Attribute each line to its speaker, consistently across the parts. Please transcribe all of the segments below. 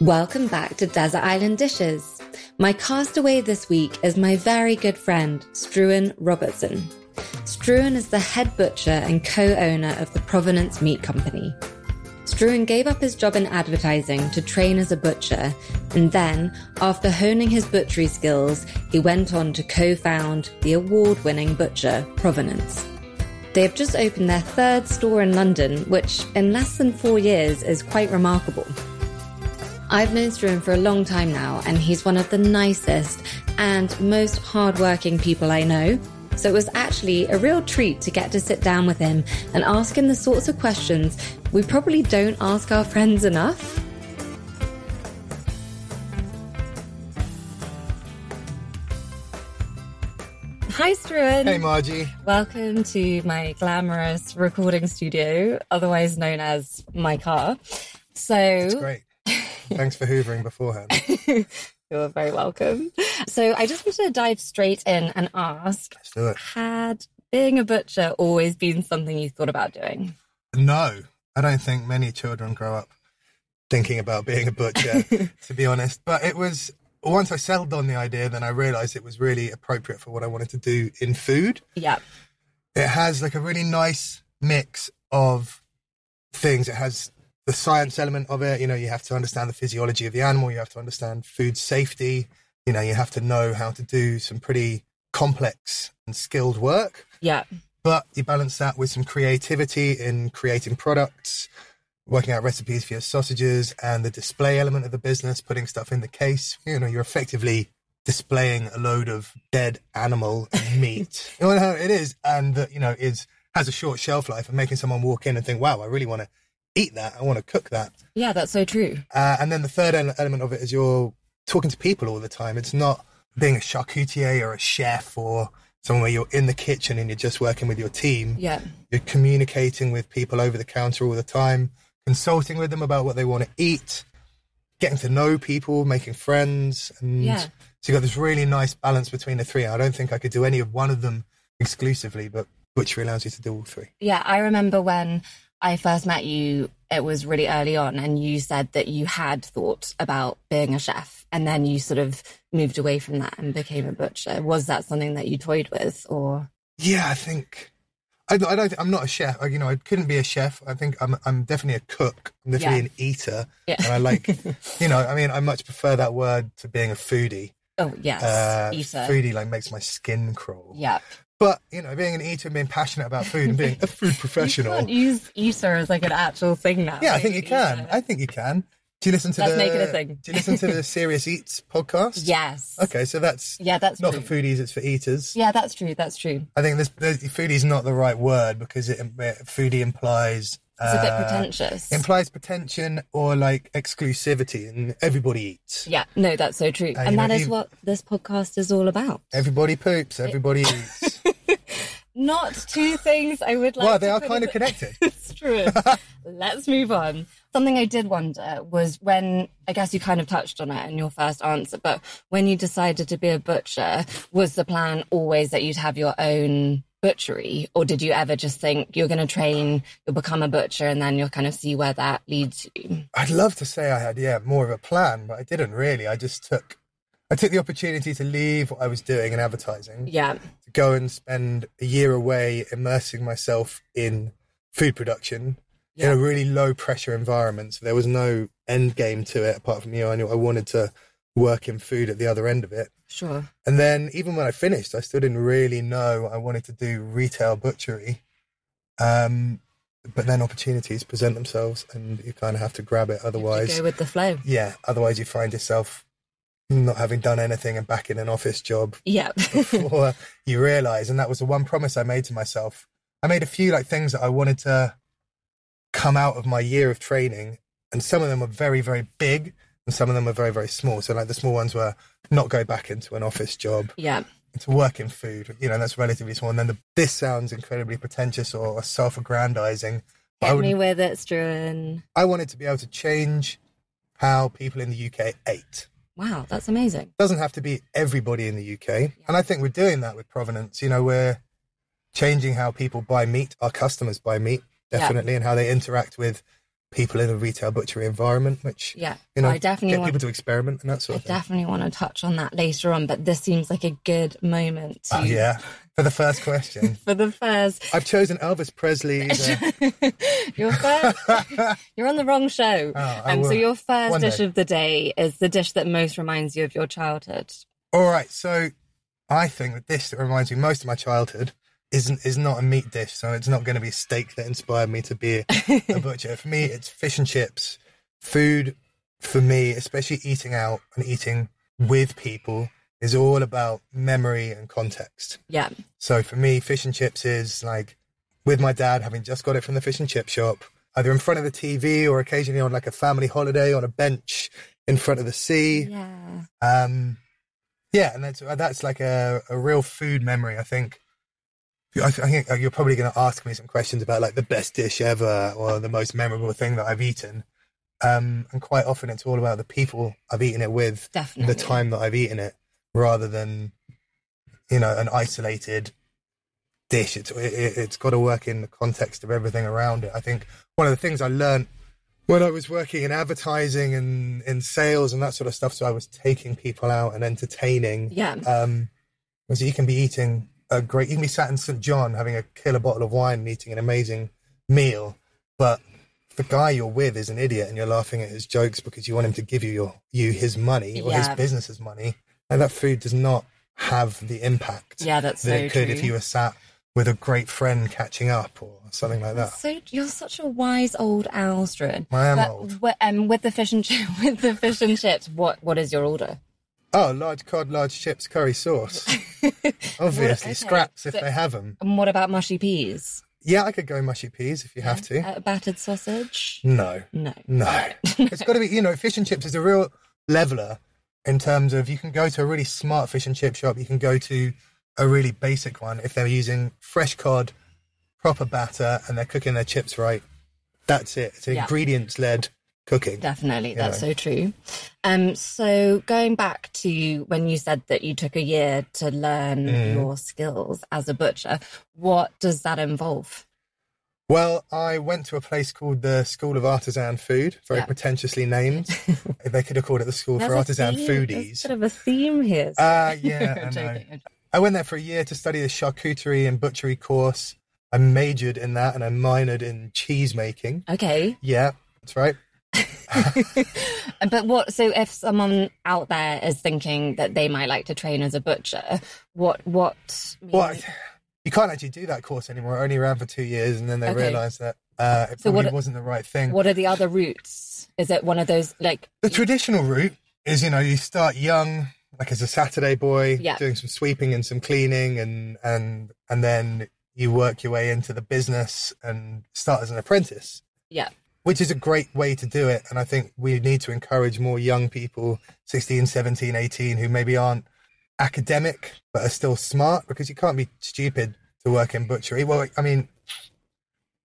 Speaker 1: Welcome back to Desert Island Dishes. My castaway this week is my very good friend, Struan Robertson. Struan is the head butcher and co owner of the Provenance Meat Company. Struan gave up his job in advertising to train as a butcher, and then, after honing his butchery skills, he went on to co found the award winning butcher, Provenance. They have just opened their third store in London, which, in less than four years, is quite remarkable. I've known Struan for a long time now, and he's one of the nicest and most hardworking people I know. So it was actually a real treat to get to sit down with him and ask him the sorts of questions we probably don't ask our friends enough. Hi, Struan.
Speaker 2: Hey, Margie.
Speaker 1: Welcome to my glamorous recording studio, otherwise known as my car. So,
Speaker 2: It's great. Thanks for hoovering beforehand.
Speaker 1: You're very welcome. So I just wanted to dive straight in and ask
Speaker 2: Let's do it.
Speaker 1: Had being a butcher always been something you thought about doing?
Speaker 2: No, I don't think many children grow up thinking about being a butcher, to be honest. But it was once I settled on the idea, then I realized it was really appropriate for what I wanted to do in food.
Speaker 1: Yeah.
Speaker 2: It has like a really nice mix of things. It has the science element of it. You know, you have to understand the physiology of the animal, you have to understand food safety, you know, you have to know how to do some pretty complex and skilled work.
Speaker 1: Yeah.
Speaker 2: but you balance that with some creativity in creating products working out recipes for your sausages and the display element of the business putting stuff in the case you know you're effectively displaying a load of dead animal and meat you know how it is and that you know is has a short shelf life and making someone walk in and think wow i really want to eat that i want to cook that
Speaker 1: Yeah, that's so true.
Speaker 2: uh, and then the third ele- element of it is you're talking to people all the time. It's not being a charcutier or a chef or somewhere you're in the kitchen and you're just working with your team.
Speaker 1: Yeah.
Speaker 2: You're communicating with people over the counter all the time, consulting with them about what they want to eat, getting to know people, making friends. And
Speaker 1: Yeah.
Speaker 2: so you've got this really nice balance between the three. I don't think I could do any of one of them exclusively, but butchery allows you to do all three.
Speaker 1: Yeah. I remember when I first met you, it was really early on, and you said that you had thought about being a chef and then you sort of moved away from that and became a butcher. Was that something that you toyed with or?
Speaker 2: Yeah, I think I, don't- I don't. I'm not a chef. I, you know, I couldn't be a chef. I think I'm. I'm definitely a cook. I'm definitely
Speaker 1: Yeah.
Speaker 2: an eater,
Speaker 1: Yeah.
Speaker 2: and I like. you know, I mean, I much prefer that word to being a foodie.
Speaker 1: Oh, yes.
Speaker 2: Uh,
Speaker 1: Eater.
Speaker 2: Foodie like makes my skin crawl.
Speaker 1: Yeah.
Speaker 2: But you know, being an eater and being passionate about food and being a food
Speaker 1: You
Speaker 2: professional.
Speaker 1: can't use eater as like an actual thing now.
Speaker 2: Yeah, I
Speaker 1: right?
Speaker 2: think you can.
Speaker 1: Eater.
Speaker 2: I think you can. Do you listen to
Speaker 1: Let's
Speaker 2: the?
Speaker 1: make it a thing.
Speaker 2: Do you listen to the Serious Eats podcast?
Speaker 1: yes.
Speaker 2: Okay, so that's
Speaker 1: Yeah, that's
Speaker 2: not
Speaker 1: true.
Speaker 2: for foodies. It's for eaters.
Speaker 1: Yeah, that's true. That's true.
Speaker 2: I think this, this foodie is not the right word because it, it- foodie implies
Speaker 1: It's a bit
Speaker 2: uh,
Speaker 1: pretentious.
Speaker 2: implies pretension or like exclusivity, and everybody eats.
Speaker 1: yeah, no, that's so true.
Speaker 2: Uh,
Speaker 1: and
Speaker 2: you
Speaker 1: that
Speaker 2: know,
Speaker 1: is
Speaker 2: you-
Speaker 1: what this podcast is all about.
Speaker 2: Everybody poops. Everybody eats.
Speaker 1: Not two things I would like
Speaker 2: well,
Speaker 1: to
Speaker 2: they are
Speaker 1: put
Speaker 2: kind
Speaker 1: in
Speaker 2: of
Speaker 1: the-
Speaker 2: connected.
Speaker 1: It's true. Let's move on. Something I did wonder was when I guess you kind of touched on it in your first answer, but when you decided to be a butcher, was the plan always that you'd have your own butchery, or did you ever just think you're going to train, you'll become a butcher, and then you'll kind of see where that leads you?
Speaker 2: I'd love to say I had yeah more of a plan, but I didn't really. I just took I took the opportunity to leave what I was doing in advertising
Speaker 1: Yeah,
Speaker 2: to go and spend a year away immersing myself in food production in a really low pressure environment. So there was no end game to it apart from you know I knew I wanted to work in food at the other end of it.
Speaker 1: sure.
Speaker 2: And then even when I finished, I still didn't really know I wanted to do retail butchery. Um, but then opportunities present themselves, and you kind of have to grab it.
Speaker 1: You have to
Speaker 2: Otherwise,
Speaker 1: go with the flow.
Speaker 2: yeah, otherwise you find yourself not having done anything and back in an office job
Speaker 1: Yeah.
Speaker 2: before you realize. And that was the one promise I made to myself. I made a few like things that I wanted to come out of my year of training, and some of them were very, very big, and some of them were very, very small. So like the small ones were not go back into an office job
Speaker 1: yeah.
Speaker 2: to work in food, you know, that's relatively small. And then the, this sounds incredibly pretentious or self-aggrandizing. But I,
Speaker 1: Get
Speaker 2: would,
Speaker 1: me with it, Struan.
Speaker 2: I wanted to be able to change how people in the UK ate.
Speaker 1: Wow, that's amazing.
Speaker 2: Doesn't have to be everybody in the UK, and I think we're doing that with provenance. You know, we're changing how people buy meat, our customers buy meat,
Speaker 1: Yeah.
Speaker 2: definitely, and how they interact with people in the retail butchery environment, which
Speaker 1: Yeah.
Speaker 2: you know
Speaker 1: I definitely
Speaker 2: get
Speaker 1: want
Speaker 2: people to experiment and that
Speaker 1: I
Speaker 2: sort of thing.
Speaker 1: definitely want to touch on that later on, but this seems like a good moment to
Speaker 2: Oh, yeah. For the first question,
Speaker 1: for the first.
Speaker 2: I've chosen Elvis Presley's. Uh,
Speaker 1: your first you're on the wrong show.
Speaker 2: Oh, I
Speaker 1: um, so
Speaker 2: will.
Speaker 1: your first
Speaker 2: One
Speaker 1: dish
Speaker 2: day.
Speaker 1: of the day is the dish that most reminds you of your childhood.
Speaker 2: All right, so I think the dish that reminds me most of my childhood isn't is not a meat dish, so it's not going to be steak that inspired me to be a butcher. for me, it's fish and chips. Food for me, especially eating out and eating with people, is all about memory and context.
Speaker 1: Yeah.
Speaker 2: So for me, fish and chips is like with my dad having just got it from the fish and chip shop, either in front of the TV or occasionally on like a family holiday on a bench in front of the sea.
Speaker 1: Yeah.
Speaker 2: Um, yeah, and that's uh, that's like a, a real food memory. I think. I, th- I think uh, you're probably going to ask me some questions about like the best dish ever or the most memorable thing that I've eaten. Um, and quite often it's all about the people I've eaten it with, and
Speaker 1: Definitely.
Speaker 2: the time that I've eaten it, rather than you know an isolated dish. It's it, it- it's got to work in the context of everything around it. I think one of the things I learned when I was working in advertising and in sales and that sort of stuff, so I was taking people out and entertaining.
Speaker 1: Yeah.
Speaker 2: Um, was that you can be eating a great, you can be sat in St John having a killer bottle of wine and eating an amazing meal, but the guy you're with is an idiot and you're laughing at his jokes because you want him to give you your you his money or
Speaker 1: Yeah.
Speaker 2: his business's money, and that food does not have the impact
Speaker 1: Yeah, that's
Speaker 2: that
Speaker 1: so
Speaker 2: it could
Speaker 1: true.
Speaker 2: if you were sat with a great friend catching up or something like that.
Speaker 1: So you're such a wise old owl, Struan.
Speaker 2: I am
Speaker 1: But
Speaker 2: old.
Speaker 1: wi- um, with the fish and chi- with the fish and chips, what what is your order?
Speaker 2: Oh, large cod, large chips, curry sauce. Obviously,
Speaker 1: okay.
Speaker 2: scraps if
Speaker 1: So-
Speaker 2: they have them.
Speaker 1: And what about mushy peas?
Speaker 2: Yeah, I could go mushy peas if you have to.
Speaker 1: Uh, battered sausage?
Speaker 2: no,
Speaker 1: No.
Speaker 2: no. it's got to be, you know, fish and chips is a real leveler in terms of you can go to a really smart fish and chip shop, you can go to a really basic one if they're using fresh cod, proper batter, and they're cooking their chips right. That's it. It's
Speaker 1: Yeah.
Speaker 2: ingredients led cooking.
Speaker 1: Definitely, that's so true. Um, so going back to when you said that you took a year to learn
Speaker 2: Mm.
Speaker 1: your skills as a butcher, what does that involve?
Speaker 2: Well, I went to a place called the School of Artisan Food, very
Speaker 1: Yeah.
Speaker 2: pretentiously named. they could have called it the School for
Speaker 1: There's a
Speaker 2: Artisan
Speaker 1: theme- There's
Speaker 2: Foodies.
Speaker 1: a bit of a theme here.
Speaker 2: Uh, yeah, I know.
Speaker 1: Joking, I'm
Speaker 2: I went there for a year to study a charcuterie and butchery course. I majored in that and I minored in cheese making.
Speaker 1: Okay.
Speaker 2: Yeah, that's right.
Speaker 1: But what so if someone out there is thinking that they might like to train as a butcher, what what
Speaker 2: Well, you can't actually do that course anymore. It only ran for two years and then they
Speaker 1: Okay.
Speaker 2: realized that uh, it
Speaker 1: So
Speaker 2: probably
Speaker 1: what-
Speaker 2: wasn't the right thing.
Speaker 1: what are the other routes? Is it one of those like
Speaker 2: The traditional route is, you know, you start young, like as a Saturday boy,
Speaker 1: Yeah.
Speaker 2: doing some sweeping and some cleaning, and and and then you work your way into the business and start as an apprentice,
Speaker 1: yeah,
Speaker 2: which is a great way to do it. And I think we need to encourage more young people, 16, 17, 18, who maybe aren't academic but are still smart, because you can't be stupid to work in butchery. Well, I mean,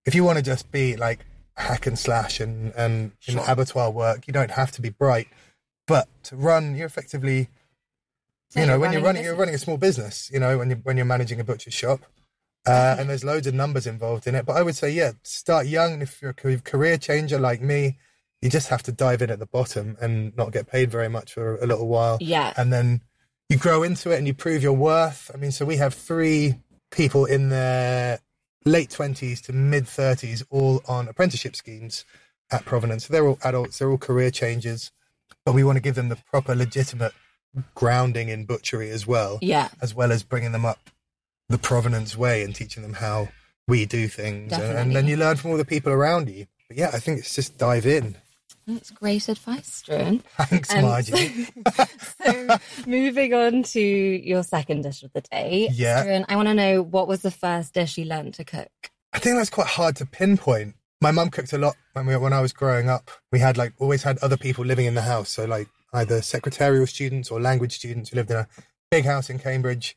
Speaker 2: if you want to just be like hack and slash and and in
Speaker 1: Sure.
Speaker 2: abattoir work, you don't have to be bright. But to run, you're effectively,
Speaker 1: Yeah,
Speaker 2: you know,
Speaker 1: you're
Speaker 2: when you're
Speaker 1: running
Speaker 2: running,
Speaker 1: a
Speaker 2: you're running a small business. You know, when you're when you're managing a butcher shop, uh, and there's loads of numbers involved in it. But I would say, yeah, start young. And If you're a ca- career changer like me, you just have to dive in at the bottom and not get paid very much for a little while
Speaker 1: yeah.
Speaker 2: and then you grow into it and you prove your worth. I mean, so we have three people in their late twenties to mid thirties, all on apprenticeship schemes at Provenance. So they're all adults, they're all career changers, but we want to give them the proper, legitimate grounding in butchery as well,
Speaker 1: Yeah.
Speaker 2: as well as bringing them up the Provenance way and teaching them how we do things, and, and then
Speaker 1: Definitely.
Speaker 2: you learn from all the people around you. But yeah, I think it's just dive in.
Speaker 1: That's great advice, Struan.
Speaker 2: Thanks,
Speaker 1: Um,
Speaker 2: Margie.
Speaker 1: so moving on to your second dish of the day.
Speaker 2: Yeah.
Speaker 1: Struan, I want to know what was the first dish you learned to cook?
Speaker 2: I think that's quite hard to pinpoint. My mum cooked a lot when we, when I was growing up. We had like always had other people living in the house, so like either secretarial students or language students who lived in a big house in Cambridge.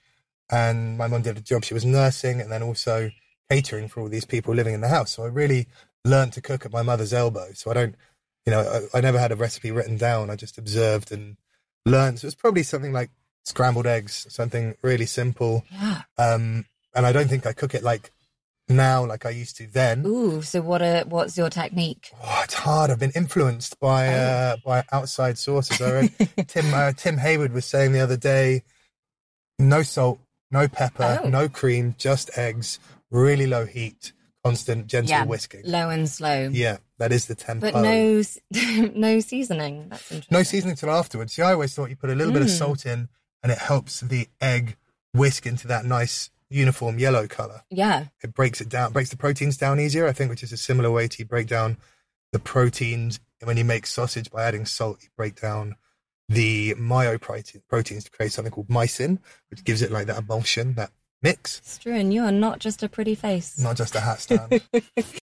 Speaker 2: And my mum did a job; she was nursing and then also catering for all these people living in the house. So I really learned to cook at my mother's elbow. So I don't, you know, I, I never had a recipe written down. I just observed and learned. So it's probably something like scrambled eggs, something really simple
Speaker 1: Yeah.
Speaker 2: um, and I don't think I cook it like now like I used to then.
Speaker 1: Ooh, so what a, what's your technique?
Speaker 2: Oh, it's hard. I've been influenced by uh, by outside sources. I read Tim uh, Tim Hayward was saying the other day, no salt, no pepper,
Speaker 1: Oh.
Speaker 2: no cream, just eggs, really low heat, constant gentle
Speaker 1: Yeah.
Speaker 2: whisking.
Speaker 1: Low and slow.
Speaker 2: Yeah, that is the tempo.
Speaker 1: But no s- no seasoning. That's interesting.
Speaker 2: No seasoning till afterwards. See, I always thought you put a little bit of
Speaker 1: Mm.
Speaker 2: salt in, and it helps the egg whisk into that nice uniform yellow color.
Speaker 1: Yeah.
Speaker 2: It breaks it down, breaks the proteins down easier. I think, which is a similar way to you break down the proteins when you make sausage by adding salt. You break down the myoprotein proteins to create something called mycin, which gives it like that emulsion, that mix.
Speaker 1: Struan, you are not just a pretty face.
Speaker 2: Not just a hat stand,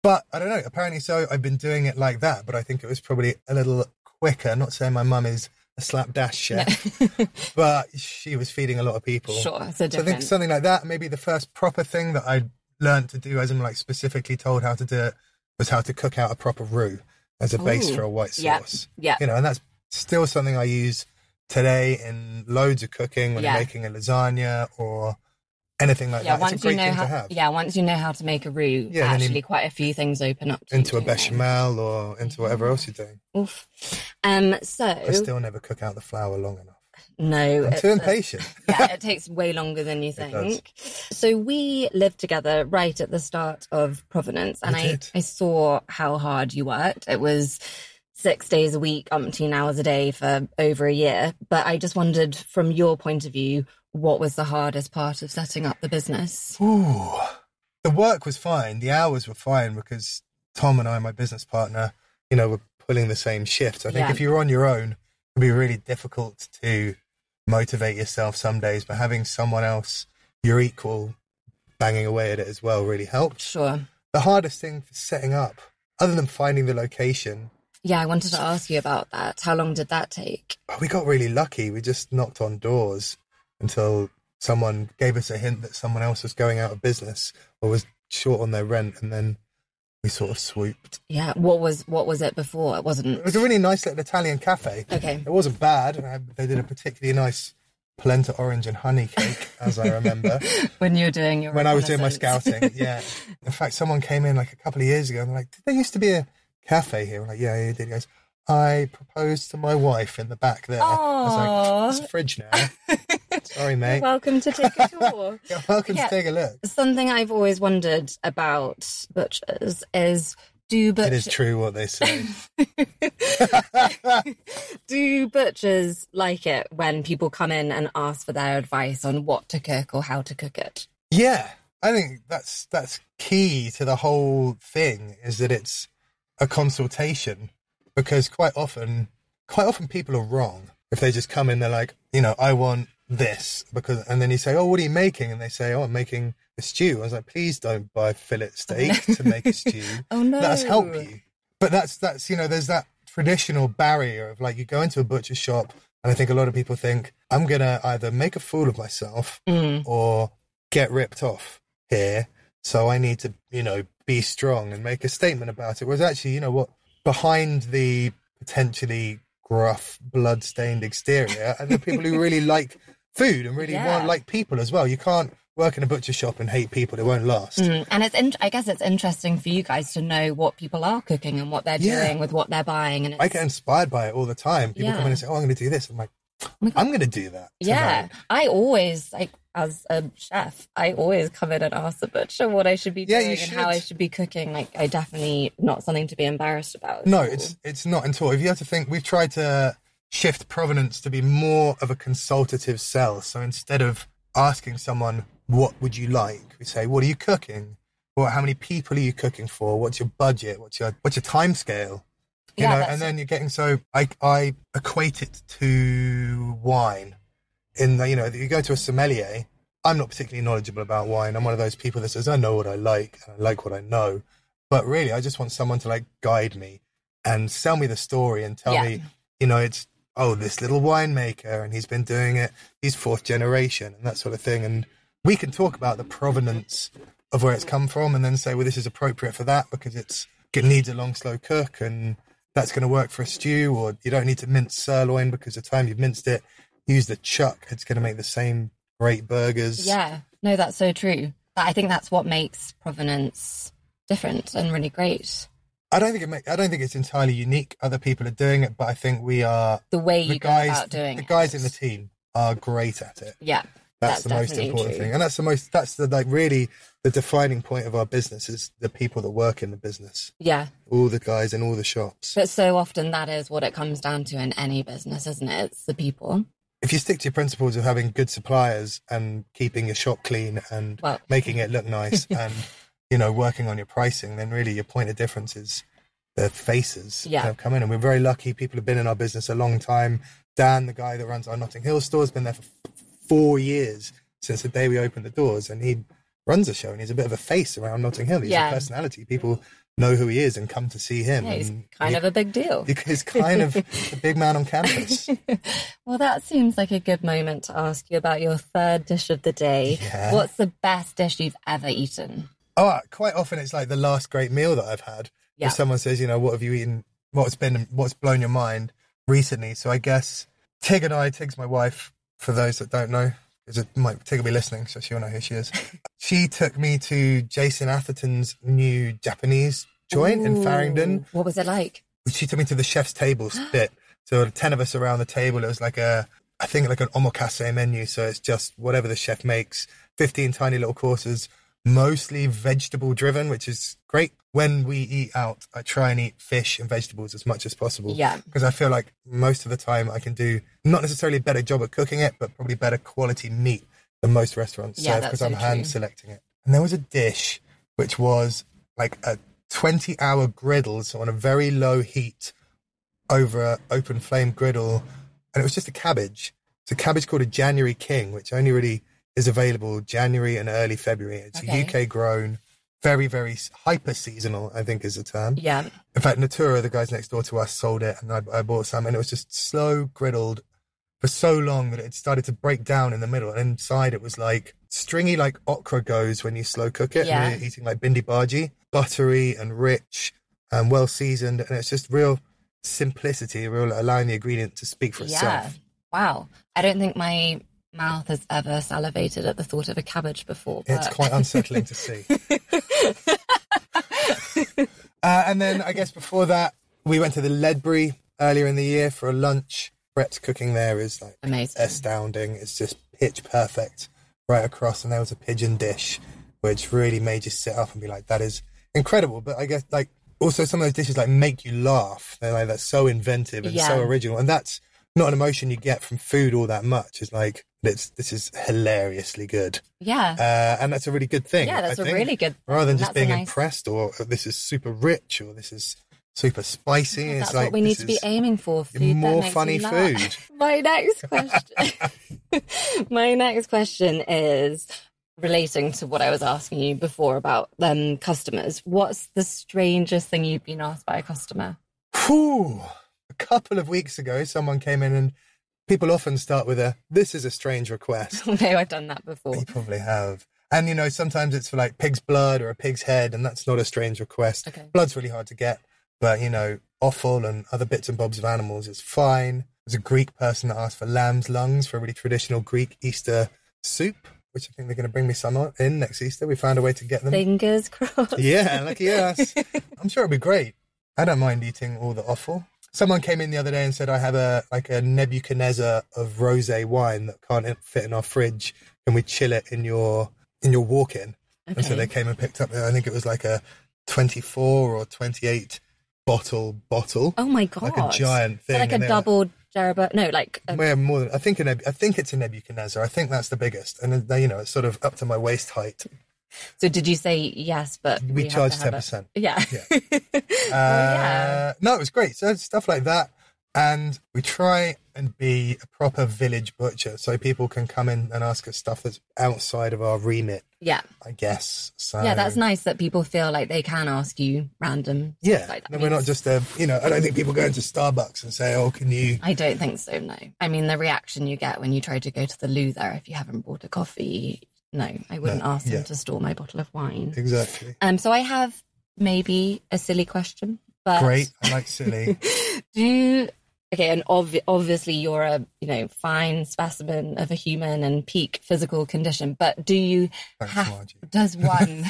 Speaker 2: but I don't know. Apparently, so I've been doing it like that, but I think it was probably a little quicker. Not saying my mum is a slapdash
Speaker 1: No.
Speaker 2: chef, but she was feeding a lot of people.
Speaker 1: sure, it's a
Speaker 2: So I think
Speaker 1: different.
Speaker 2: something like that, maybe the first proper thing that I learned to do, as I'm like specifically told how to do it, was how to cook out a proper roux as a base
Speaker 1: Ooh.
Speaker 2: for a white
Speaker 1: Yeah.
Speaker 2: sauce.
Speaker 1: yeah.
Speaker 2: You know, and that's still something I use today in loads of cooking when
Speaker 1: Yeah.
Speaker 2: I'm making a lasagna or anything like
Speaker 1: Yeah,
Speaker 2: that.
Speaker 1: once
Speaker 2: It's a
Speaker 1: you
Speaker 2: great
Speaker 1: know
Speaker 2: thing
Speaker 1: how,
Speaker 2: to have.
Speaker 1: yeah, once you know how to make a roux,
Speaker 2: Yeah, then you-
Speaker 1: actually, quite a few things open up to you,
Speaker 2: Into a
Speaker 1: don't they?
Speaker 2: bechamel or into whatever else you're doing.
Speaker 1: Oof. Um,
Speaker 2: I
Speaker 1: so
Speaker 2: still never cook out the flour long enough.
Speaker 1: no,
Speaker 2: I'm
Speaker 1: it's
Speaker 2: too
Speaker 1: a-
Speaker 2: impatient.
Speaker 1: yeah, it takes way longer than you
Speaker 2: does.
Speaker 1: think. So we lived together right at the start of Provenance, and
Speaker 2: We
Speaker 1: I,
Speaker 2: did.
Speaker 1: I saw how hard you worked. It was six days a week, umpteen hours a day for over a year. But I just wondered, from your point of view, what was the hardest part of setting up the business?
Speaker 2: Ooh. The work was fine. The hours were fine because Tom and I, my business partner, you know, were pulling the same shifts. I think
Speaker 1: Yeah.
Speaker 2: if you were on your own, it'd be really difficult to motivate yourself some days, but having someone else, your equal, banging away at it as well really helped.
Speaker 1: Sure.
Speaker 2: The hardest thing for setting up, other than finding the location,
Speaker 1: Yeah, I wanted to ask you about that. How long did that take?
Speaker 2: but we got really lucky. We just knocked on doors until someone gave us a hint that someone else was going out of business or was short on their rent, and then we sort of swooped.
Speaker 1: Yeah, what was what was it before? It wasn't
Speaker 2: It was a really nice little Italian cafe.
Speaker 1: okay.
Speaker 2: It wasn't bad. I- They did a particularly nice polenta orange and honey cake, as I remember,
Speaker 1: when you were doing your
Speaker 2: when I was doing my
Speaker 1: reconnaissance.
Speaker 2: scouting. Yeah. In fact, someone came in like a couple of years ago and they're like, did there used to be a cafe here? I'm like, yeah, yeah, it did. He goes, I proposed to my wife in the back there. I was like,
Speaker 1: Aw.
Speaker 2: it's a fridge now. Sorry, mate.
Speaker 1: Welcome to take a tour.
Speaker 2: You're welcome
Speaker 1: Yeah.
Speaker 2: to take a look.
Speaker 1: Something I've always wondered about butchers is do
Speaker 2: it is
Speaker 1: butchers
Speaker 2: true what they say.
Speaker 1: do butchers like it when people come in and ask for their advice on what to cook or how to cook it?
Speaker 2: yeah, I think that's that's key to the whole thing is that it's a consultation because quite often, quite often people are wrong if they just come in. They're like, you know, I want this because, and then you say, oh, what are you making? And they say, oh, I'm making a stew. I was like, please don't buy fillet steak to make a stew.
Speaker 1: Oh no.
Speaker 2: let us help you. But that's that's you know, there's that traditional barrier of like you go into a butcher shop, and I think a lot of people think I'm gonna either make a fool of myself
Speaker 1: Mm,
Speaker 2: or get ripped off here. So I need to you know be strong and make a statement about it. Whereas actually, you know what? Behind the potentially gruff, blood-stained exterior, and the people who really like food and really
Speaker 1: Yeah.
Speaker 2: want like people as well. You can't work in a butcher shop and hate people; it won't last.
Speaker 1: mm. And it's in- I guess it's interesting for you guys to know what people are cooking and what they're
Speaker 2: Yeah.
Speaker 1: doing with what they're buying. And it's,
Speaker 2: I get inspired by it all the time. People
Speaker 1: Yeah. Oh
Speaker 2: come in and say, "Oh, I'm going to do this." I'm like,
Speaker 1: my
Speaker 2: "I'm going to do that."
Speaker 1: yeah,
Speaker 2: tonight."
Speaker 1: I always like as a chef, I always come in and ask the butcher what I should be
Speaker 2: Yeah,
Speaker 1: doing
Speaker 2: you
Speaker 1: and how I
Speaker 2: should.
Speaker 1: should be cooking. Like, I definitely not something to be embarrassed about.
Speaker 2: No, it's it's not at all. If you have to think, we've tried to shift provenance to be more of a consultative sell. So instead of asking someone, "What would you like?" we say, "What are you cooking? Well, how many people are you cooking for? What's your budget? What's your what's your time scale?" You
Speaker 1: Yeah,
Speaker 2: know,
Speaker 1: that's-
Speaker 2: and then you're getting so I I equate it to wine. in the, you know, you go to a sommelier. I'm not particularly knowledgeable about wine. I'm one of those people that says I know what I like and I like what I know, but really I just want someone to like guide me and sell me the story and tell
Speaker 1: Yeah.
Speaker 2: me, you know, it's oh this little winemaker and he's been doing it. He's fourth generation and that sort of thing. And we can talk about the provenance of where it's come from and then say, well, this is appropriate for that because it's it needs a long slow cook and that's going to work for a stew or you don't need to mince sirloin because the time you've minced it use the chuck it's going to make the same great burgers
Speaker 1: Yeah, no, that's so true. But I think that's what makes provenance different and really great.
Speaker 2: I don't think it. Make, I don't think it's entirely unique. Other people are doing it, but I think we are
Speaker 1: The way you
Speaker 2: the
Speaker 1: go
Speaker 2: guys.
Speaker 1: about doing
Speaker 2: the
Speaker 1: it.
Speaker 2: guys in the team are great at it.
Speaker 1: Yeah, That's
Speaker 2: That's, the most
Speaker 1: definitely
Speaker 2: important
Speaker 1: true.
Speaker 2: thing, and that's the most. That's the like really the defining point of our business is the people that work in the business.
Speaker 1: yeah.
Speaker 2: All the guys in all the shops.
Speaker 1: But so often that is what it comes down to in any business, isn't it? It's the people.
Speaker 2: if you stick to your principles of having good suppliers and keeping your shop clean and
Speaker 1: Well-
Speaker 2: making it look nice and you know working on your pricing then really your point of difference is the faces
Speaker 1: Yeah.
Speaker 2: that have come in and we're very lucky people have been in our business a long time dan the guy that runs our notting hill store has been there for f- four years since the day we opened the doors and he runs the show and he's a bit of a face around notting hill he's
Speaker 1: Yeah.
Speaker 2: a personality people know who he is and come to see him
Speaker 1: Yeah, he's
Speaker 2: and
Speaker 1: kind
Speaker 2: he-
Speaker 1: of a big deal.
Speaker 2: he's kind of the big man on campus
Speaker 1: well, that seems like a good moment to ask you about your third dish of the day.
Speaker 2: Yeah.
Speaker 1: What's the best dish you've ever eaten?
Speaker 2: Oh, quite often it's like the last great meal that I've had.
Speaker 1: Yeah.
Speaker 2: If someone says, you know, what have you eaten? What's been, what's blown your mind recently? So I guess Tig and I, Tig's my wife, for those that don't know, because it might, Tig will be listening, so she'll know who she is. she took me to Jason Atherton's new Japanese joint in
Speaker 1: Ooh,
Speaker 2: Farringdon
Speaker 1: What was it like?
Speaker 2: she took me to the chef's table bit. So the ten of us around the table. It was like a, I think like an omakase menu. So it's just whatever the chef makes. Fifteen tiny little courses, mostly vegetable driven, which is great. When we eat out, I try and eat fish and vegetables as much as possible.
Speaker 1: Yeah.
Speaker 2: because I feel like most of the time I can do not necessarily a better job at cooking it, but probably better quality meat than most restaurants
Speaker 1: Yeah,
Speaker 2: serve
Speaker 1: that's
Speaker 2: because
Speaker 1: so
Speaker 2: I'm
Speaker 1: true.
Speaker 2: hand selecting it. And there was a dish which was like a 20 hour griddle, so on a very low heat over an open flame griddle. And it was just a cabbage. It's a cabbage called a January King, which only really is available January and early February. It's
Speaker 1: Okay.
Speaker 2: a UK grown, very, very s- hyper seasonal, I think is the term.
Speaker 1: Yeah.
Speaker 2: In fact, Natura, the guys next door to us, sold it and I, I bought some and it was just slow griddled for so long that it started to break down in the middle. And inside it was like stringy, like okra goes when you slow cook it.
Speaker 1: Yeah.
Speaker 2: And you're eating like bindi bhaji, buttery and rich and well seasoned. And it's just real simplicity, real allowing the ingredient to speak for
Speaker 1: Yeah.
Speaker 2: itself.
Speaker 1: Wow. I don't think my mouth has ever salivated at the thought of a cabbage before. But
Speaker 2: It's quite unsettling to see. Uh, and then I guess before that, we went to the Ledbury earlier in the year for a lunch. Brett's cooking there is like
Speaker 1: amazing.
Speaker 2: astounding. It's just pitch perfect right across, and there was a pigeon dish, which really made you sit up and be like, "That is incredible." But I guess like also some of those dishes like make you laugh. They're like that's so inventive and
Speaker 1: Yeah.
Speaker 2: so original, and that's not an emotion you get from food all that much. It's like it's this is hilariously good,
Speaker 1: yeah.
Speaker 2: uh, and that's a really good thing.
Speaker 1: Yeah, that's
Speaker 2: a
Speaker 1: a really good.
Speaker 2: rather than just
Speaker 1: that's a
Speaker 2: being
Speaker 1: nice-
Speaker 2: impressed or "Oh, this is super rich or this is super spicy. it's
Speaker 1: That's
Speaker 2: like
Speaker 1: what we need
Speaker 2: this
Speaker 1: to be
Speaker 2: is-
Speaker 1: aiming for. Food
Speaker 2: more
Speaker 1: that makes
Speaker 2: funny
Speaker 1: you laugh.
Speaker 2: food.
Speaker 1: My next question. My next question is relating to what I was asking you before about um, customers. What's the strangest thing you've been asked by a customer?
Speaker 2: Whew. A couple of weeks ago, someone came in and people often start with a, this is a strange request.
Speaker 1: no, I've done that before.
Speaker 2: You probably have. And, you know, sometimes it's for like pig's blood or a pig's head, and that's not a strange request.
Speaker 1: Okay.
Speaker 2: Blood's really hard to get, but, you know, offal and other bits and bobs of animals is fine. There's a Greek person that asked for lamb's lungs for a really traditional Greek Easter soup, which I think they're going to bring me some on- in next Easter. We found a way to get them.
Speaker 1: Fingers crossed.
Speaker 2: Yeah, lucky us. I'm sure it'd be great. I don't mind eating all the offal. Someone came in the other day and said, "I have a like a Nebuchadnezzar of rosé wine that can't e-, fit in our fridge. Can we chill it in your in your walk-in?" And so
Speaker 1: Okay.
Speaker 2: they came and picked up. I think it was like a 24 or 28 bottle bottle,
Speaker 1: Oh my god!
Speaker 2: like a giant
Speaker 1: So
Speaker 2: thing,
Speaker 1: like a
Speaker 2: and they were-
Speaker 1: double Jerobo. No, like a,
Speaker 2: Way more than I think. A Neb- I think it's a Nebuchadnezzar. I think that's the biggest, and then, you know it's sort of up to my waist height.
Speaker 1: so. Did you say yes? But
Speaker 2: We
Speaker 1: have to
Speaker 2: charge
Speaker 1: have
Speaker 2: ten
Speaker 1: it.
Speaker 2: percent.
Speaker 1: Yeah.
Speaker 2: Yeah.
Speaker 1: Oh, yeah.
Speaker 2: Uh, no, it was great. So stuff like that, and we try and be a proper village butcher, so people can come in and ask us stuff that's outside of our remit,
Speaker 1: Yeah.
Speaker 2: I guess. So
Speaker 1: Yeah, that's nice that people feel like they can ask you random. stuff
Speaker 2: Yeah,
Speaker 1: like that.
Speaker 2: no, we're not just a you know. I don't think people go into Starbucks and say, "Oh, can you?"
Speaker 1: I don't think so. No, I mean the reaction you get when you try to go to the loo there if you haven't bought a coffee. No, I wouldn't
Speaker 2: No,
Speaker 1: ask them
Speaker 2: yeah.
Speaker 1: to store my bottle of wine.
Speaker 2: Exactly.
Speaker 1: Um, so I have maybe a silly question, but
Speaker 2: Great. I like silly.
Speaker 1: do Okay, and obvi- obviously you're a you know fine specimen of a human and peak physical condition, but do you
Speaker 2: Thanks,
Speaker 1: have?
Speaker 2: Margie.
Speaker 1: Does one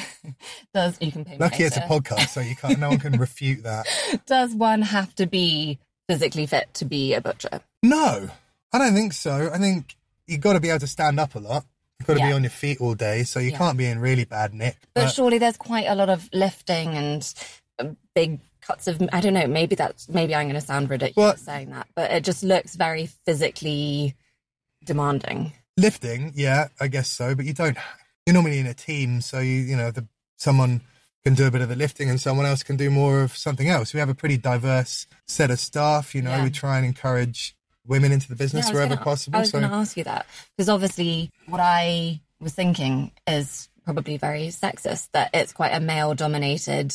Speaker 1: does you can pay me
Speaker 2: Lucky it's a
Speaker 1: later.
Speaker 2: podcast, so you can't. No one can refute that.
Speaker 1: Does one have to be physically fit to be a butcher?
Speaker 2: No, I don't think so. I think you've got to be able to stand up a lot. You've got to
Speaker 1: Yeah.
Speaker 2: be on your feet all day, so you
Speaker 1: Yeah.
Speaker 2: can't be in really bad nick.
Speaker 1: But
Speaker 2: But
Speaker 1: surely there's quite a lot of lifting and um, big cuts of. I don't know. Maybe that's maybe I'm going to sound ridiculous
Speaker 2: Well-
Speaker 1: saying that, but it just looks very physically demanding.
Speaker 2: lifting, yeah, I guess so. But you don't. You're normally in a team, so you you know the someone can do a bit of the lifting and someone else can do more of something else. We have a pretty diverse set of staff. You know,
Speaker 1: Yeah.
Speaker 2: we try and encourage women into the
Speaker 1: Yeah, I
Speaker 2: business
Speaker 1: was
Speaker 2: wherever
Speaker 1: gonna- I
Speaker 2: possible.
Speaker 1: was
Speaker 2: So
Speaker 1: going to ask you that because obviously what I was thinking is probably very sexist that it's quite a male dominated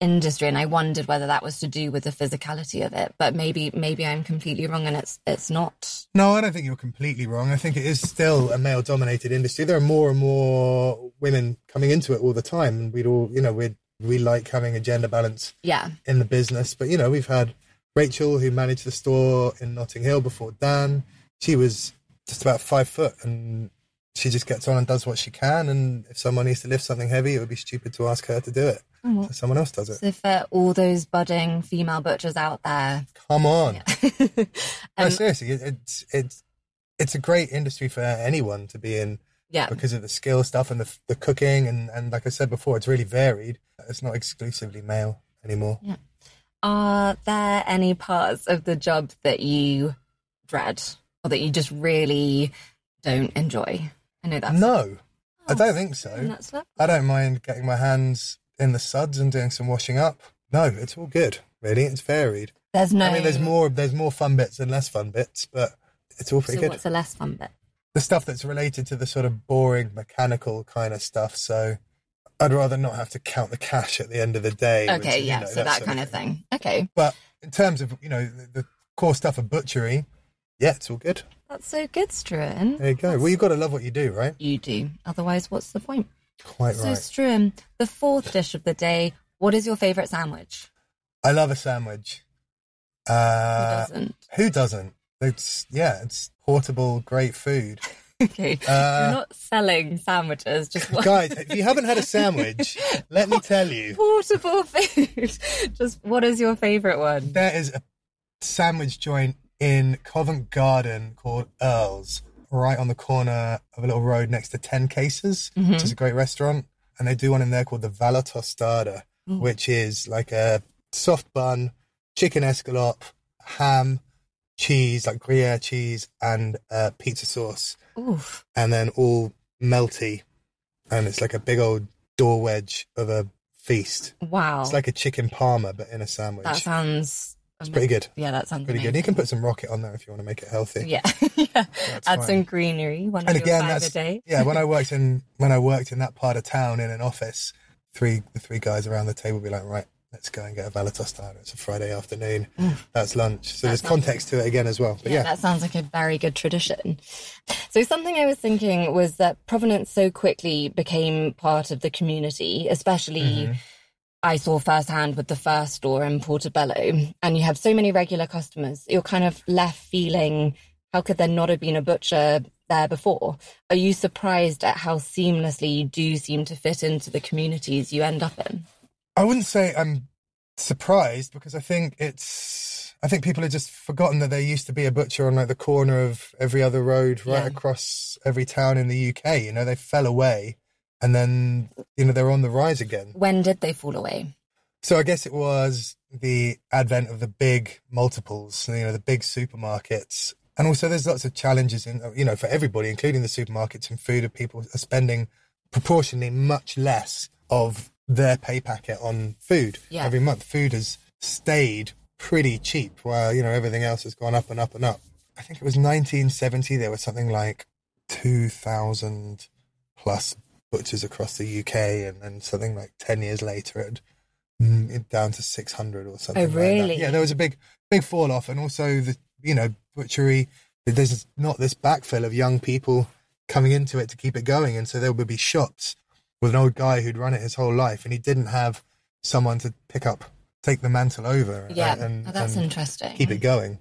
Speaker 1: industry and I wondered whether that was to do with the physicality of it but maybe maybe I'm completely wrong and it's it's not
Speaker 2: No, I don't think you're completely wrong. I think it is still a male dominated industry. There are more and more women coming into it all the time. And we'd all, you know, we'd, we like having a gender balance
Speaker 1: yeah
Speaker 2: in the business. But, you know, we've had Rachel, who managed the store in Notting Hill before Dan. She was just about five foot and she just gets on and does what she can. And if someone needs to lift something heavy, it would be stupid to ask her to do it. So someone else does it.
Speaker 1: so for all those budding female butchers out there
Speaker 2: Come on. No,
Speaker 1: um,
Speaker 2: seriously, it, it's, it's, it's a great industry for anyone to be in.
Speaker 1: yeah
Speaker 2: because of the skill stuff and the, the cooking and, and like I said before, it's really varied. It's not exclusively male anymore.
Speaker 1: Are there any parts of the job that you dread or that you just really don't enjoy? I know that's
Speaker 2: No, I
Speaker 1: Oh,
Speaker 2: don't think
Speaker 1: and
Speaker 2: so.
Speaker 1: that's lo-
Speaker 2: I don't mind getting my hands in the suds and doing some washing up. No, it's all good. Really, it's varied.
Speaker 1: There's no.
Speaker 2: I mean, there's more there's more fun bits and less fun bits, but it's all
Speaker 1: So
Speaker 2: pretty good.
Speaker 1: what's the less fun bit?
Speaker 2: The stuff that's related to the sort of boring mechanical kind of stuff. So I'd rather not have to count the cash at the end of the day. which,
Speaker 1: Okay,
Speaker 2: you
Speaker 1: yeah.
Speaker 2: know,
Speaker 1: so that
Speaker 2: sort
Speaker 1: kind of thing. Okay,
Speaker 2: But in terms of you know the, the core stuff of butchery, yeah, it's all good.
Speaker 1: that's so good, Struan.
Speaker 2: There you go. Well, you've got to love what you do, right?
Speaker 1: You do. Otherwise, what's the point?
Speaker 2: Quite
Speaker 1: So,
Speaker 2: right.
Speaker 1: Struan, the fourth dish of the day. What is your favorite sandwich?
Speaker 2: I love a sandwich.
Speaker 1: Who
Speaker 2: Uh,
Speaker 1: doesn't?
Speaker 2: who doesn't? It's yeah, it's portable, great food.
Speaker 1: Okay,
Speaker 2: uh,
Speaker 1: you're not selling sandwiches. Just one.
Speaker 2: Guys, if you haven't had a sandwich, let me tell you,
Speaker 1: portable food. Just what is your favorite one?
Speaker 2: there is a sandwich joint in Covent Garden called Earl's, right on the corner of a little road next to Ten Cases, which is a great restaurant. And they do one in there called the Valla Tostada, which is like a soft bun, chicken escalope, ham, cheese, like Gruyere cheese, and uh, pizza sauce,
Speaker 1: Oof.
Speaker 2: and then all melty. And it's like a big old door wedge of a feast.
Speaker 1: Wow.
Speaker 2: It's like a chicken parma, but in a sandwich.
Speaker 1: Oh. that sounds
Speaker 2: it's pretty good.
Speaker 1: Yeah, that sounds
Speaker 2: Pretty good.
Speaker 1: amazing.
Speaker 2: You can put some rocket on there if you want to make it healthy.
Speaker 1: Yeah. yeah. Add
Speaker 2: fine.
Speaker 1: some greenery, one
Speaker 2: And
Speaker 1: of your
Speaker 2: again,
Speaker 1: five
Speaker 2: that's
Speaker 1: a day.
Speaker 2: yeah. When I worked in when I worked in that part of town in an office, three the three guys around the table would be like, right, let's go and get a Valentine. It's a Friday afternoon. That's lunch. So there's context to it again as well. But
Speaker 1: Mm. Yeah,
Speaker 2: yeah,
Speaker 1: that sounds like a very good tradition. So, something I was thinking was that provenance so quickly became part of the community, especially
Speaker 2: Mm-hmm.
Speaker 1: I saw firsthand with the first store in Portobello. And you have so many regular customers, you're kind of left feeling, how could there not have been a butcher there before? Are you surprised at how seamlessly you do seem to fit into the communities you end up in?
Speaker 2: I wouldn't say I'm surprised because I think it's I think people have just forgotten that there used to be a butcher on like the corner of every other road right
Speaker 1: Yeah.
Speaker 2: across every town in the UK. You know, they fell away and then you know they're on the rise again.
Speaker 1: When did they fall away?
Speaker 2: So I guess it was the advent of the big multiples, you know, the big supermarkets. And also there's lots of challenges in you know, for everybody, including the supermarkets and food of people are spending proportionally much less of their pay packet on food.
Speaker 1: Yeah.
Speaker 2: Every month food has stayed pretty cheap while, you know, everything else has gone up and up and up. I think it was nineteen seventy there was something like two thousand plus butchers across the UK and then something like ten years later it had mm, it down to 600 or something. like that.
Speaker 1: Oh, really?
Speaker 2: Yeah, there was a big, big fall off, and also the you know butchery. There's not this backfill of young people coming into it to keep it going, and so there would be shops with an old guy who'd run it his whole life, and he didn't have someone to pick up, take the mantle over,
Speaker 1: Yeah,
Speaker 2: and,
Speaker 1: oh, that's
Speaker 2: and
Speaker 1: interesting.
Speaker 2: keep it going.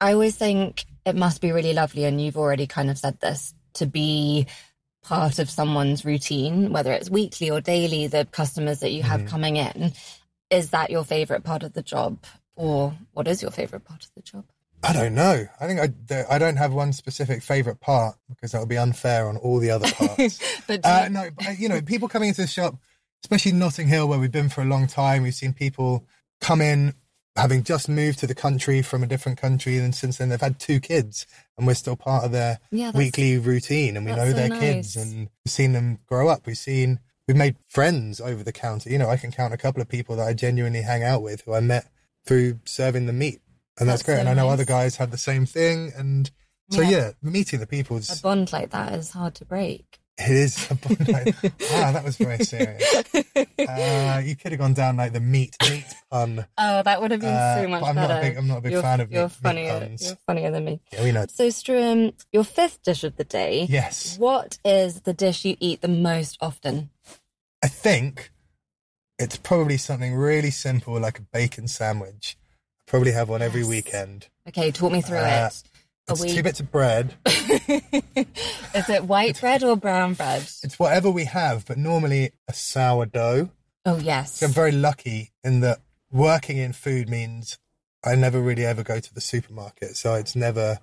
Speaker 1: I always think it must be really lovely, and you've already kind of said this, to be part of someone's routine, whether it's weekly or daily, the customers that you have
Speaker 2: Mhm.
Speaker 1: coming in. Is that your favorite part of the job? Or what is your favorite part of the job?
Speaker 2: I don't know. I think I, there- I don't have one specific favorite part because that would be unfair on all the other parts.
Speaker 1: But do
Speaker 2: uh,
Speaker 1: you-
Speaker 2: no, but, you know, people coming into the shop, especially Notting Hill, where we've been for a long time, we've seen people come in having just moved to the country from a different country, and since then they've had two kids, and we're still part of their
Speaker 1: yeah, Oh, that's,
Speaker 2: weekly routine, and we
Speaker 1: that's
Speaker 2: know
Speaker 1: so
Speaker 2: their kids,
Speaker 1: nice.
Speaker 2: and we've seen them grow up. We've seen we've made friends over the counter. You know, I can count a couple of people that I genuinely hang out with who I met through serving the meat, and
Speaker 1: That's
Speaker 2: that's, great.
Speaker 1: so
Speaker 2: and I know
Speaker 1: nice.
Speaker 2: other guys have the same thing, and so
Speaker 1: Yeah.
Speaker 2: yeah, meeting the people's
Speaker 1: a bond like that is hard to break.
Speaker 2: it is. A bond like, wow, that was very serious. Uh, you could have gone down like the meat meat pun.
Speaker 1: Oh, that would have been
Speaker 2: Uh,
Speaker 1: so much
Speaker 2: but I'm
Speaker 1: better.
Speaker 2: not a big, I'm not a big
Speaker 1: you're,
Speaker 2: fan of meat,
Speaker 1: you're
Speaker 2: meat
Speaker 1: funnier.
Speaker 2: puns.
Speaker 1: you're funnier than me.
Speaker 2: Yeah, we know.
Speaker 1: So, Struan, your fifth dish of the day.
Speaker 2: Yes,
Speaker 1: What is the dish you eat the most often?
Speaker 2: I think it's probably something really simple like a bacon sandwich. I probably have one every
Speaker 1: Yes.
Speaker 2: weekend.
Speaker 1: Okay, talk me through
Speaker 2: Uh,
Speaker 1: it. Are
Speaker 2: It's
Speaker 1: we-
Speaker 2: two bits of bread.
Speaker 1: is it white bread or brown bread?
Speaker 2: It's whatever we have, but normally a sourdough.
Speaker 1: Oh yes.
Speaker 2: I'm very lucky in that working in food means I never really ever go to the supermarket. So it's never,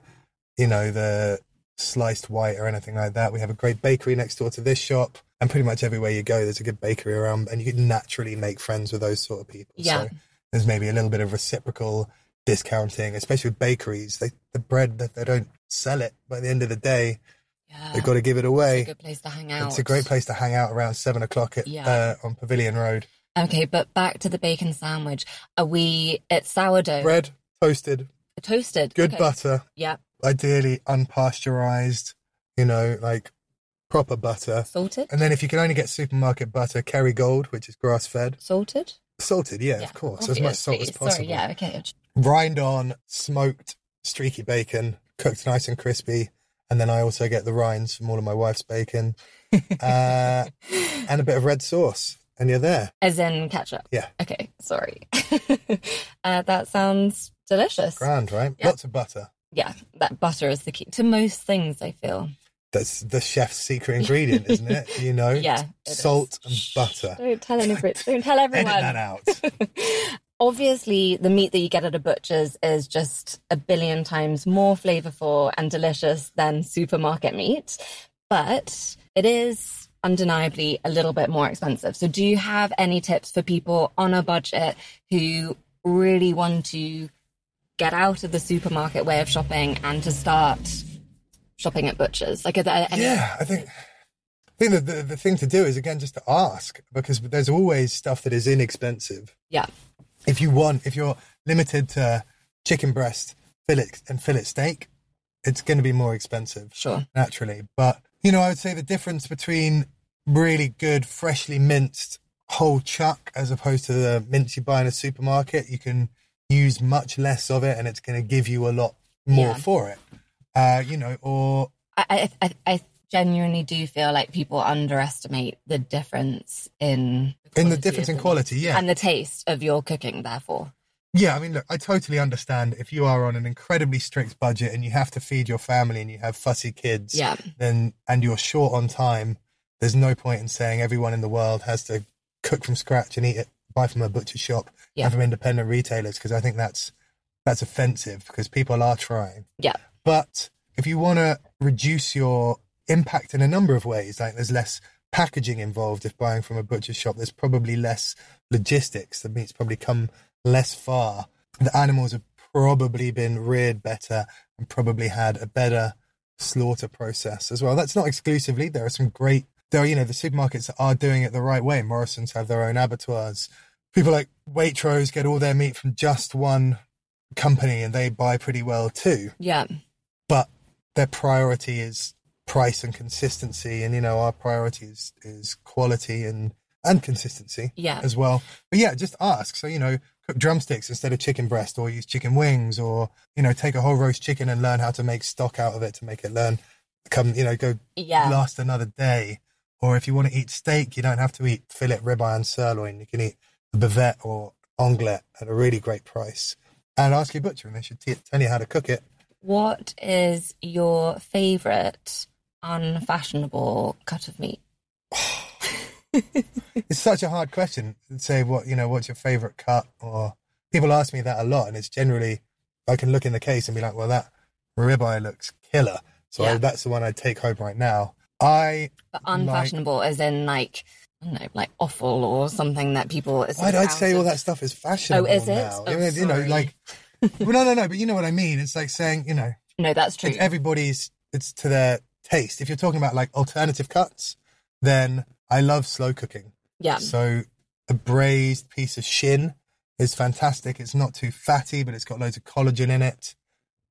Speaker 2: you know, the sliced white or anything like that. We have a great bakery next door to this shop. And pretty much everywhere you go, there's a good bakery around, and you can naturally make friends with those sort of people.
Speaker 1: Yeah.
Speaker 2: So there's maybe a little bit of reciprocal discounting, especially with bakeries. They, the bread that they don't sell it by the end of the day,
Speaker 1: Yeah.
Speaker 2: they've got to give it away.
Speaker 1: It's Ah, a good place to hang out.
Speaker 2: It's a great place to hang out around seven o'clock at,
Speaker 1: Yeah.
Speaker 2: uh, on Pavilion Road.
Speaker 1: Okay, but back to the bacon sandwich. Are we? It's sourdough,
Speaker 2: Bread, toasted,
Speaker 1: toasted.
Speaker 2: good
Speaker 1: okay.
Speaker 2: butter,
Speaker 1: Yeah,
Speaker 2: ideally unpasteurized, you know, like proper butter.
Speaker 1: salted.
Speaker 2: And then if you can only get supermarket butter, Kerrygold, which is grass fed,
Speaker 1: Salted.
Speaker 2: salted, yeah, of course, as much salt as
Speaker 1: obviously.
Speaker 2: possible.
Speaker 1: Sorry, yeah. Okay.
Speaker 2: Rind on smoked streaky bacon, cooked nice and crispy. And then I also get the rinds from all of my wife's bacon uh, and a bit of red sauce. And you're there.
Speaker 1: As in ketchup.
Speaker 2: Yeah.
Speaker 1: Okay. Sorry. uh, that sounds delicious.
Speaker 2: Grand, right?
Speaker 1: Yeah.
Speaker 2: Lots of butter.
Speaker 1: Yeah, that butter is the key to most things. I feel.
Speaker 2: That's the chef's secret ingredient, isn't it? You know?
Speaker 1: Yeah. it is.
Speaker 2: Salt and
Speaker 1: Shh,
Speaker 2: butter.
Speaker 1: Don't tell anybody. Don't tell
Speaker 2: Edit
Speaker 1: everyone.
Speaker 2: that out.
Speaker 1: Obviously, the meat that you get at a butcher's is just a billion times more flavorful and delicious than supermarket meat, but it is undeniably a little bit more expensive. So, do you have any tips for people on a budget who really want to get out of the supermarket way of shopping and to start shopping at butchers? Like, are there any?
Speaker 2: yeah, I think I think the, the the thing to do is again just to ask because there's always stuff that is inexpensive.
Speaker 1: Yeah.
Speaker 2: If you want, if you're limited to chicken breast, fillet and fillet steak, it's going to be more expensive
Speaker 1: Sure.
Speaker 2: naturally. But you know, I would say the difference between really good freshly minced whole chuck as opposed to the mince you buy in a supermarket, you can use much less of it, and it's going to give you a lot more
Speaker 1: Yeah.
Speaker 2: for it. Uh, you know, or
Speaker 1: I, I, I, I genuinely do feel like people underestimate the difference in
Speaker 2: in the
Speaker 1: of
Speaker 2: difference in
Speaker 1: meat
Speaker 2: quality, yeah.
Speaker 1: and the taste of your cooking. Therefore,
Speaker 2: Yeah, I mean, look, I totally understand if you are on an incredibly strict budget and you have to feed your family and you have fussy kids,
Speaker 1: yeah,
Speaker 2: then and you're short on time. There's no point in saying everyone in the world has to cook from scratch and eat it, buy from a butcher shop,
Speaker 1: Yeah.
Speaker 2: and from independent retailers because I think that's that's offensive because people are trying.
Speaker 1: yeah,
Speaker 2: But if you want to reduce your impact in a number of ways, like there's less packaging involved if buying from a butcher shop, there's probably less logistics. The meat's probably come less far. The animals have probably been reared better and probably had a better slaughter process as well. That's not exclusively. There are some great, there are, you know, the supermarkets that are doing it the right way. Morrison's have their own abattoirs. People like Waitrose get all their meat from just one company and they buy pretty well too
Speaker 1: yeah,
Speaker 2: but their priority is price and consistency and you know our priority is, is quality and and consistency
Speaker 1: Yeah.
Speaker 2: as well but yeah just ask so you know cook drumsticks instead of chicken breast or use chicken wings or you know take a whole roast chicken and learn how to make stock out of it to make it learn come you know go
Speaker 1: yeah.
Speaker 2: last another day or if you want to eat steak you don't have to eat fillet ribeye and sirloin you can eat a bavette or omelette at a really great price and ask your butcher, and they should t- tell you how to cook it.
Speaker 1: What is your favourite unfashionable cut of meat?
Speaker 2: It's such a hard question. to Say what you know. What's your favorite cut? Or people ask me that a lot, and it's generally I can look in the case and be like, "Well, that ribeye looks killer." So
Speaker 1: Yeah.
Speaker 2: that's the one I take home right now. I
Speaker 1: But
Speaker 2: Like-
Speaker 1: unfashionable, as in like I don't know, like offal or something that people. it's
Speaker 2: why would I
Speaker 1: out
Speaker 2: say all
Speaker 1: of-
Speaker 2: that stuff is fashionable
Speaker 1: is it?
Speaker 2: now?
Speaker 1: Oh,
Speaker 2: I mean, you know,
Speaker 1: sorry.
Speaker 2: like well, no, no, no. But you know what I mean. It's like saying you know
Speaker 1: No, that's true.
Speaker 2: it's everybody's it's to their taste if you're talking about like alternative cuts then i love slow cooking
Speaker 1: yeah,
Speaker 2: so a braised piece of shin is fantastic it's not too fatty but it's got loads of collagen in it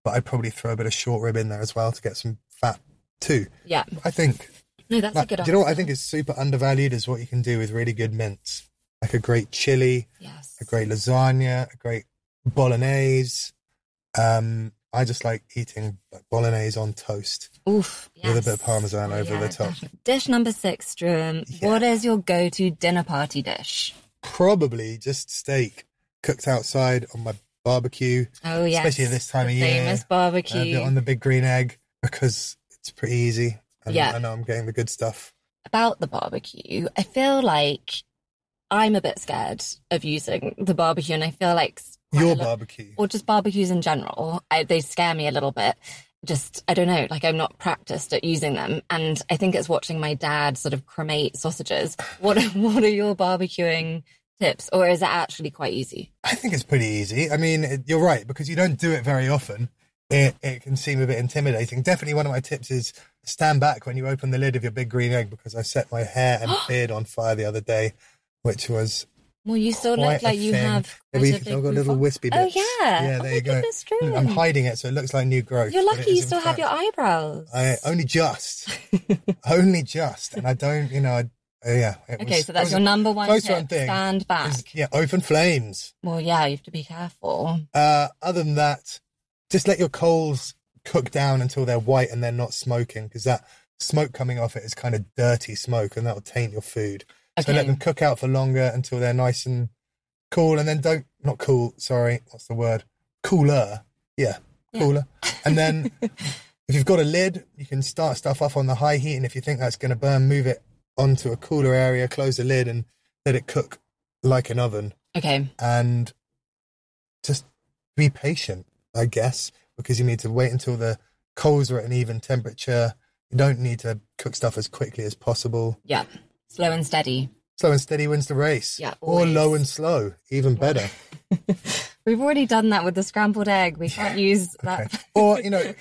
Speaker 2: but i'd probably throw a bit of short rib in there as well to get some fat too
Speaker 1: yeah.
Speaker 2: i think
Speaker 1: No, that's
Speaker 2: like,
Speaker 1: a good.
Speaker 2: do you know what i think is super undervalued is what you can do with really good mince like a great chili
Speaker 1: Yes.
Speaker 2: a great lasagna, a great bolognese. Um, I just like eating bolognese on toast
Speaker 1: Oof.
Speaker 2: with a
Speaker 1: yes.
Speaker 2: bit of parmesan
Speaker 1: Oh,
Speaker 2: over
Speaker 1: yeah,
Speaker 2: the top.
Speaker 1: definitely. Dish number six, Struan. What is your go-to dinner party dish?
Speaker 2: Probably just steak cooked outside on my barbecue,
Speaker 1: Oh yes,
Speaker 2: Especially this time
Speaker 1: the
Speaker 2: of year.
Speaker 1: Famous
Speaker 2: and a
Speaker 1: barbecue.
Speaker 2: bit on the big green egg because it's pretty easy. And
Speaker 1: Yeah.
Speaker 2: I know I'm getting the good stuff.
Speaker 1: about the barbecue, I feel like I'm a bit scared of using the barbecue, and I feel like quite a
Speaker 2: Your
Speaker 1: lot-
Speaker 2: barbecue.
Speaker 1: or just barbecues in general, I, they scare me a little bit. Just I don't know, like I'm not practiced at using them, and I think it's watching my dad sort of cremate sausages. What what are your barbecuing tips, or is it actually quite easy?
Speaker 2: I think it's pretty easy. I mean, it, you're right because you don't do it very often. It, it can seem a bit intimidating. Definitely, one of my tips is stand back when you open the lid of your big green egg because I set my hair and beard on fire the other day, which was
Speaker 1: Well, you still
Speaker 2: quite
Speaker 1: look
Speaker 2: a
Speaker 1: like you
Speaker 2: thing.
Speaker 1: have.
Speaker 2: Yeah,
Speaker 1: quite
Speaker 2: we-
Speaker 1: a
Speaker 2: I've
Speaker 1: big
Speaker 2: got little
Speaker 1: mouth.
Speaker 2: wispy
Speaker 1: Oh
Speaker 2: bits.
Speaker 1: yeah,
Speaker 2: Yeah,
Speaker 1: Oh,
Speaker 2: there
Speaker 1: my
Speaker 2: you go.
Speaker 1: goodness,
Speaker 2: I'm
Speaker 1: Drew.
Speaker 2: hiding it, so it looks like new growth.
Speaker 1: You're
Speaker 2: but it
Speaker 1: lucky
Speaker 2: is
Speaker 1: you
Speaker 2: in
Speaker 1: still have
Speaker 2: fact-
Speaker 1: your eyebrows.
Speaker 2: I only just, only just, and I don't, you know, I, oh, yeah. It
Speaker 1: okay,
Speaker 2: was-
Speaker 1: so
Speaker 2: it
Speaker 1: that's
Speaker 2: was
Speaker 1: your number one
Speaker 2: close
Speaker 1: tip.
Speaker 2: one thing
Speaker 1: Stand
Speaker 2: a-
Speaker 1: back.
Speaker 2: is- yeah, open flames.
Speaker 1: Well, yeah, you have to be careful.
Speaker 2: Uh, other than that, just let your coals cook down until they're white and they're not smoking because that smoke coming off it is kind of dirty smoke and that'll taint your food. So
Speaker 1: Okay.
Speaker 2: let them cook out for longer until they're nice and cool and then don't, not cool, sorry, what's the word? Cooler. Yeah,
Speaker 1: Yeah.
Speaker 2: cooler. And then if you've got a lid, you can start stuff off on the high heat and if you think that's going to burn, move it onto a cooler area, close the lid and let it cook like an oven
Speaker 1: Okay.
Speaker 2: and just be patient, I guess, because you need to wait until the coals are at an even temperature. You don't need to cook stuff as quickly as possible.
Speaker 1: Yeah. Slow and steady.
Speaker 2: Slow and steady wins the race.
Speaker 1: Yeah,
Speaker 2: or low
Speaker 1: always.
Speaker 2: and slow, even better.
Speaker 1: We've already done that with the scrambled egg. We can't use that.
Speaker 2: or you know,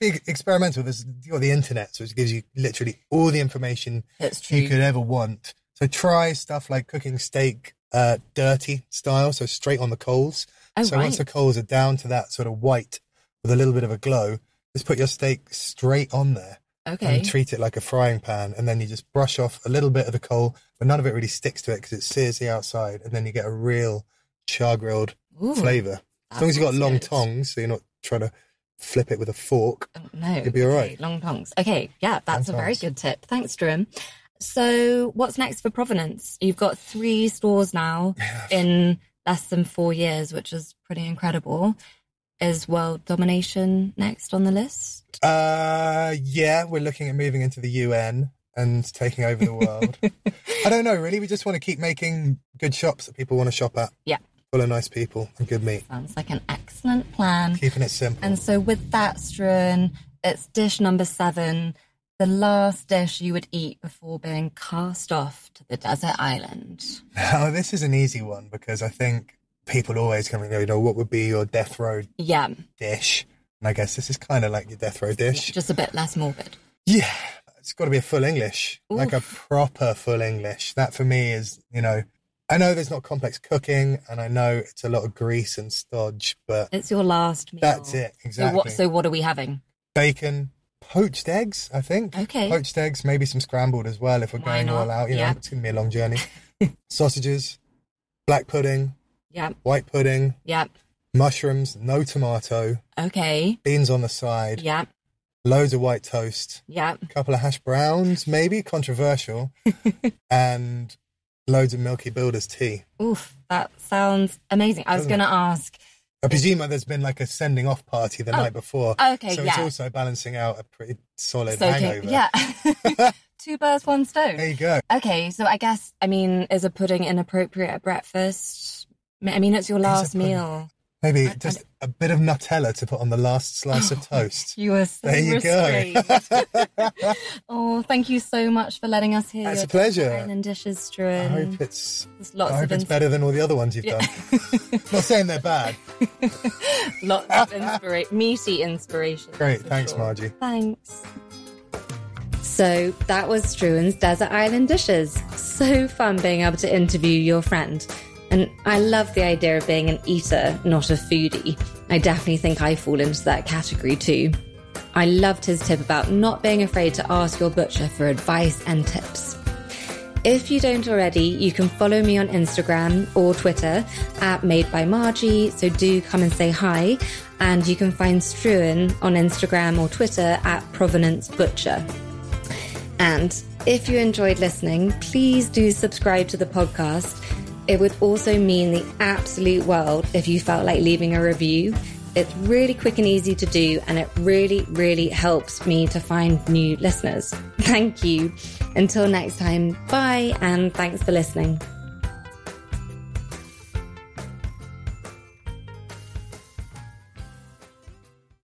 Speaker 2: big experimental. There's you got the internet, so it gives you literally all the information
Speaker 1: That's true.
Speaker 2: you could ever want. So try stuff like cooking steak uh, dirty style, so straight on the coals.
Speaker 1: Oh,
Speaker 2: so once
Speaker 1: right.
Speaker 2: the coals are down to that sort of white with a little bit of a glow, just put your steak straight on there
Speaker 1: okay.
Speaker 2: and treat it like a frying pan. And then you just brush off a little bit of the coal, but none of it really sticks to it because it sears the outside. And then you get a real char grilled
Speaker 1: Ooh,
Speaker 2: flavor. As long as you've got
Speaker 1: sounds
Speaker 2: long
Speaker 1: good.
Speaker 2: tongs, so you're not trying to flip it with a fork.
Speaker 1: Oh, no.
Speaker 2: You'll be all
Speaker 1: Okay,
Speaker 2: right.
Speaker 1: Long tongs. Okay. Yeah, that's
Speaker 2: Long
Speaker 1: a very
Speaker 2: tongs.
Speaker 1: good tip. Thanks, Drew. So, what's next for Provenance? You've got three stores now in less than four years, which is pretty incredible. Is world domination next on the list?
Speaker 2: Uh, yeah, we're looking at moving into the UN and taking over the world. I don't know, really. We just want to keep making good shops that people want to shop at.
Speaker 1: Yeah.
Speaker 2: Full of nice people and good meat.
Speaker 1: Sounds like an excellent plan.
Speaker 2: Keeping it simple.
Speaker 1: And so with that, Struan, it's dish number seven, the last dish you would eat before being cast off to the desert island.
Speaker 2: Now, this is an easy one because I think people always come and go, you know, what would be your death row
Speaker 1: Yeah,
Speaker 2: dish? And I guess this is kind of like your death row dish.
Speaker 1: just a bit less morbid.
Speaker 2: Yeah, it's got to be a full English, like a proper full English. That for me is, you know, I know there's not complex cooking and I know it's a lot of grease and stodge, but
Speaker 1: It's your last meal.
Speaker 2: that's it.
Speaker 1: So
Speaker 2: Exactly.
Speaker 1: what? So what are we having?
Speaker 2: Bacon, poached eggs, I think.
Speaker 1: Okay.
Speaker 2: Poached eggs, maybe some scrambled as well if we're
Speaker 1: Why
Speaker 2: going
Speaker 1: not?
Speaker 2: all out. You
Speaker 1: Yeah.
Speaker 2: know, it's going to be a long journey. Sausages, black pudding,
Speaker 1: Yeah,
Speaker 2: white pudding,
Speaker 1: yeah.
Speaker 2: mushrooms, no tomato,
Speaker 1: Okay.
Speaker 2: beans on the side,
Speaker 1: Yeah,
Speaker 2: loads of white toast,
Speaker 1: yeah.
Speaker 2: a couple of hash browns, maybe controversial, and loads of Milky Builder's tea.
Speaker 1: Oof, that sounds amazing. I was
Speaker 2: Doesn't
Speaker 1: going to ask
Speaker 2: I presume that there's been like a sending off party the
Speaker 3: Oh.
Speaker 2: night before.
Speaker 3: Okay,
Speaker 2: so it's
Speaker 3: yeah.
Speaker 2: also balancing out a pretty solid
Speaker 3: Soaking-
Speaker 2: hangover.
Speaker 3: yeah. Two birds, one stone.
Speaker 2: There you go.
Speaker 3: Okay, so I guess I mean, is a pudding inappropriate at breakfast? I mean, it's your
Speaker 2: a
Speaker 3: last
Speaker 2: pudding.
Speaker 3: meal.
Speaker 2: Maybe
Speaker 3: I- I
Speaker 2: just a bit of Nutella to put on the last slice of toast.
Speaker 3: You are so
Speaker 2: There you go.
Speaker 3: restrained. oh, thank you so much for letting us hear
Speaker 2: That's
Speaker 3: your
Speaker 2: a pleasure.
Speaker 3: Island dishes,
Speaker 2: I
Speaker 3: Struan.
Speaker 2: hope it's
Speaker 3: There's lots
Speaker 2: I
Speaker 3: of
Speaker 2: hope it's
Speaker 3: ins-
Speaker 2: better than all the other ones you've
Speaker 3: Yeah.
Speaker 2: done. Not saying they're bad.
Speaker 3: lots of inspira- meaty inspiration.
Speaker 2: Great, thanks, Margie.
Speaker 3: Thanks.
Speaker 1: So that was Struan's Desert Island Dishes. So fun being able to interview your friend. And I love the idea of being an eater, not a foodie. I definitely think I fall into that category too. I loved his tip about not being afraid to ask your butcher for advice and tips. If you don't already, you can follow me on Instagram or Twitter at Made by Margie. So do come and say hi. And you can find Struan on Instagram or Twitter at Provenance Butcher. And if you enjoyed listening, please do subscribe to the podcast. It would also mean the absolute world if you felt like leaving a review. It's really quick and easy to do, and it really, really helps me to find new listeners. Thank you. Until next time, bye, and thanks for listening.